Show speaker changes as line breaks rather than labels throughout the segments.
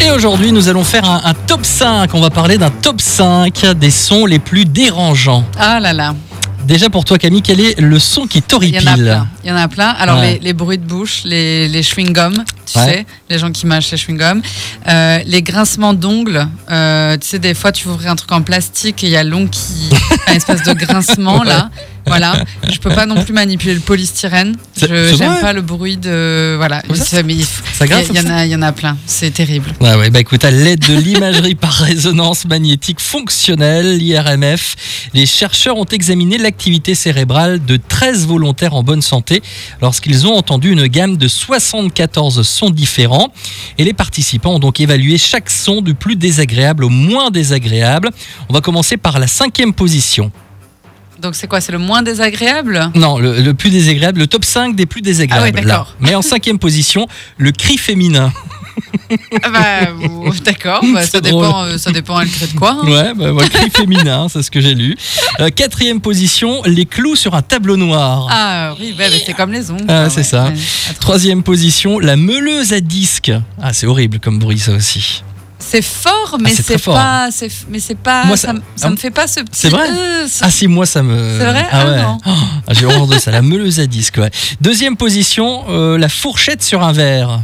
Et aujourd'hui, nous allons faire un, un top 5. On va parler d'un top 5 des sons les plus dérangeants.
Ah là là,
Déjà pour toi, Camille, quel est le son qui
il y en a
t'horripile
plein. Il y en a plein. Alors
Ouais.
les, les bruits de bouche, les, les chewing-gums, tu
Ouais.
sais, les gens qui mâchent les chewing-gums, Euh, les grincements d'ongles. Euh, tu sais, des fois tu ouvres un truc en plastique et il y a l'ongle qui fait une espèce de grincement là. Voilà, je peux pas non plus manipuler le polystyrène.
C'est-
Je
c'est
j'aime
vrai
pas le bruit de voilà.
Comme ça,
C'est- mais il faut-
Ça
il y,
grimpe comme
il y en
ça
a, il y en a plein. C'est terrible.
Ouais, ouais, bah écoute, à l'aide de l'imagerie par résonance magnétique fonctionnelle, l'IRMF, les chercheurs ont examiné l'activité cérébrale de 13 volontaires en bonne santé lorsqu'ils ont entendu une gamme de 74 sons différents. Et les participants ont donc évalué chaque son du plus désagréable au moins désagréable. On va commencer par la cinquième position.
Donc c'est quoi C'est le moins désagréable
Non, le, le plus désagréable, le top 5 des plus désagréables.
Ah oui, d'accord.
là. Mais en cinquième position, le cri féminin.
Ah bah, ou- D'accord, bah,
C'est
ça,
drôle.
dépend, euh, ça dépend, elle crée de quoi. hein.
Ouais, bah, ouais, cri féminin, c'est ce que j'ai lu. Euh, quatrième position, les clous sur un tableau noir.
Ah oui, bah, bah, c'est comme les ongles.
Ah,
quoi,
c'est ça.
Atroce.
Troisième position, la meuleuse à disque. Ah, c'est horrible comme bruit ça aussi.
C'est fort, mais
Ah, c'est très
c'est
fort.
pas, c'est f- mais c'est pas,
Moi, ça-
ça, me- ça
ah,
me fait pas ce petit.
c'est vrai
euh, ce-
Ah si, moi ça me...
C'est vrai
Ah
Ah,
ouais.
non.
Oh, ah, j'ai horreur de ça, la meuleuse à disque. Ouais. Deuxième position, euh, la fourchette sur un verre.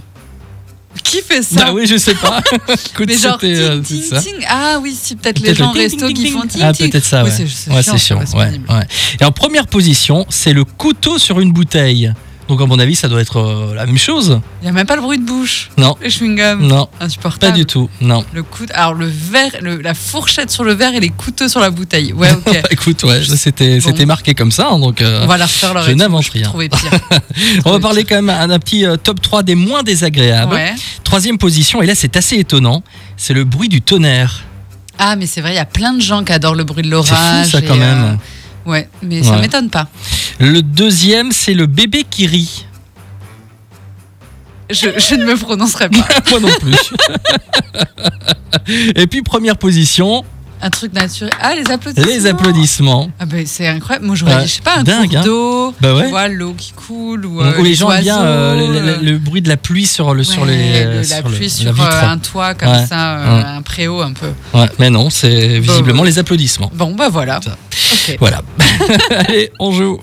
Qui fait ça
Ah oui, je sais pas. Écoute,
Mais genre
c'était, euh,
ting,
c'est
ting,
ça.
ting. Ah oui, si peut-être les
Peut-être
gens
le ting,
resto
ting,
qui
ting,
font
ting.
ting
Ah,
ting.
peut-être ça,
Ouais,
ouais.
c'est- c'est
Ouais,
chiant,
c'est chiant.
ça, c'est
ouais,
pénible.
ouais. Et en première position, c'est le couteau sur une bouteille. Donc, à mon avis, ça doit être euh, la même chose.
Il y a même pas le bruit de bouche.
Non.
Le chewing gum.
Non, pas
Insupportable.
du tout. Non.
Le coude. Alors le verre, le- la fourchette sur le verre et les couteaux sur la bouteille. Ouais, ok.
Bah, Écoute, ouais, ça, c'était
Bon.
c'était marqué comme ça. hein, donc, euh,
On va la refaire leur
je
étude,
n'invente
peux
rien.
Trouver pire.
on va parler quand même d'un d'un petit euh, top 3 des moins désagréables.
Ouais.
Troisième position, et là, c'est assez étonnant, c'est le bruit du tonnerre.
Ah mais c'est vrai, il y a plein de gens qui adorent le bruit de
C'est fou,
l'orage.
ça,
et,
quand même.
euh, Ouais, mais ça
Ouais.
m'étonne pas.
Le deuxième, c'est le bébé qui rit.
Je, je ne me prononcerai pas.
Moi non plus. Et puis, première position,
Un truc naturel. Ah, les applaudissements.
les applaudissements.
Ah ben c'est incroyable. Moi j'aurais
Ouais,
dit, je sais pas, un
dingue, hein.
cours d'eau,
Bah ouais.
tu vois l'eau qui coule ou
Ou
euh,
les, gens aiment
oiseaux,
bien euh, le, le- le bruit de la pluie sur le
ouais,
sur les euh,
le- la
sur le-
pluie sur
la vitre.
euh, un toit comme
Ouais.
ça, euh,
Ouais.
un préau un peu.
Ouais, mais non, c'est visiblement les applaudissements.
Bon bah voilà.
Ça.
Ok.
Voilà. Allez, on joue.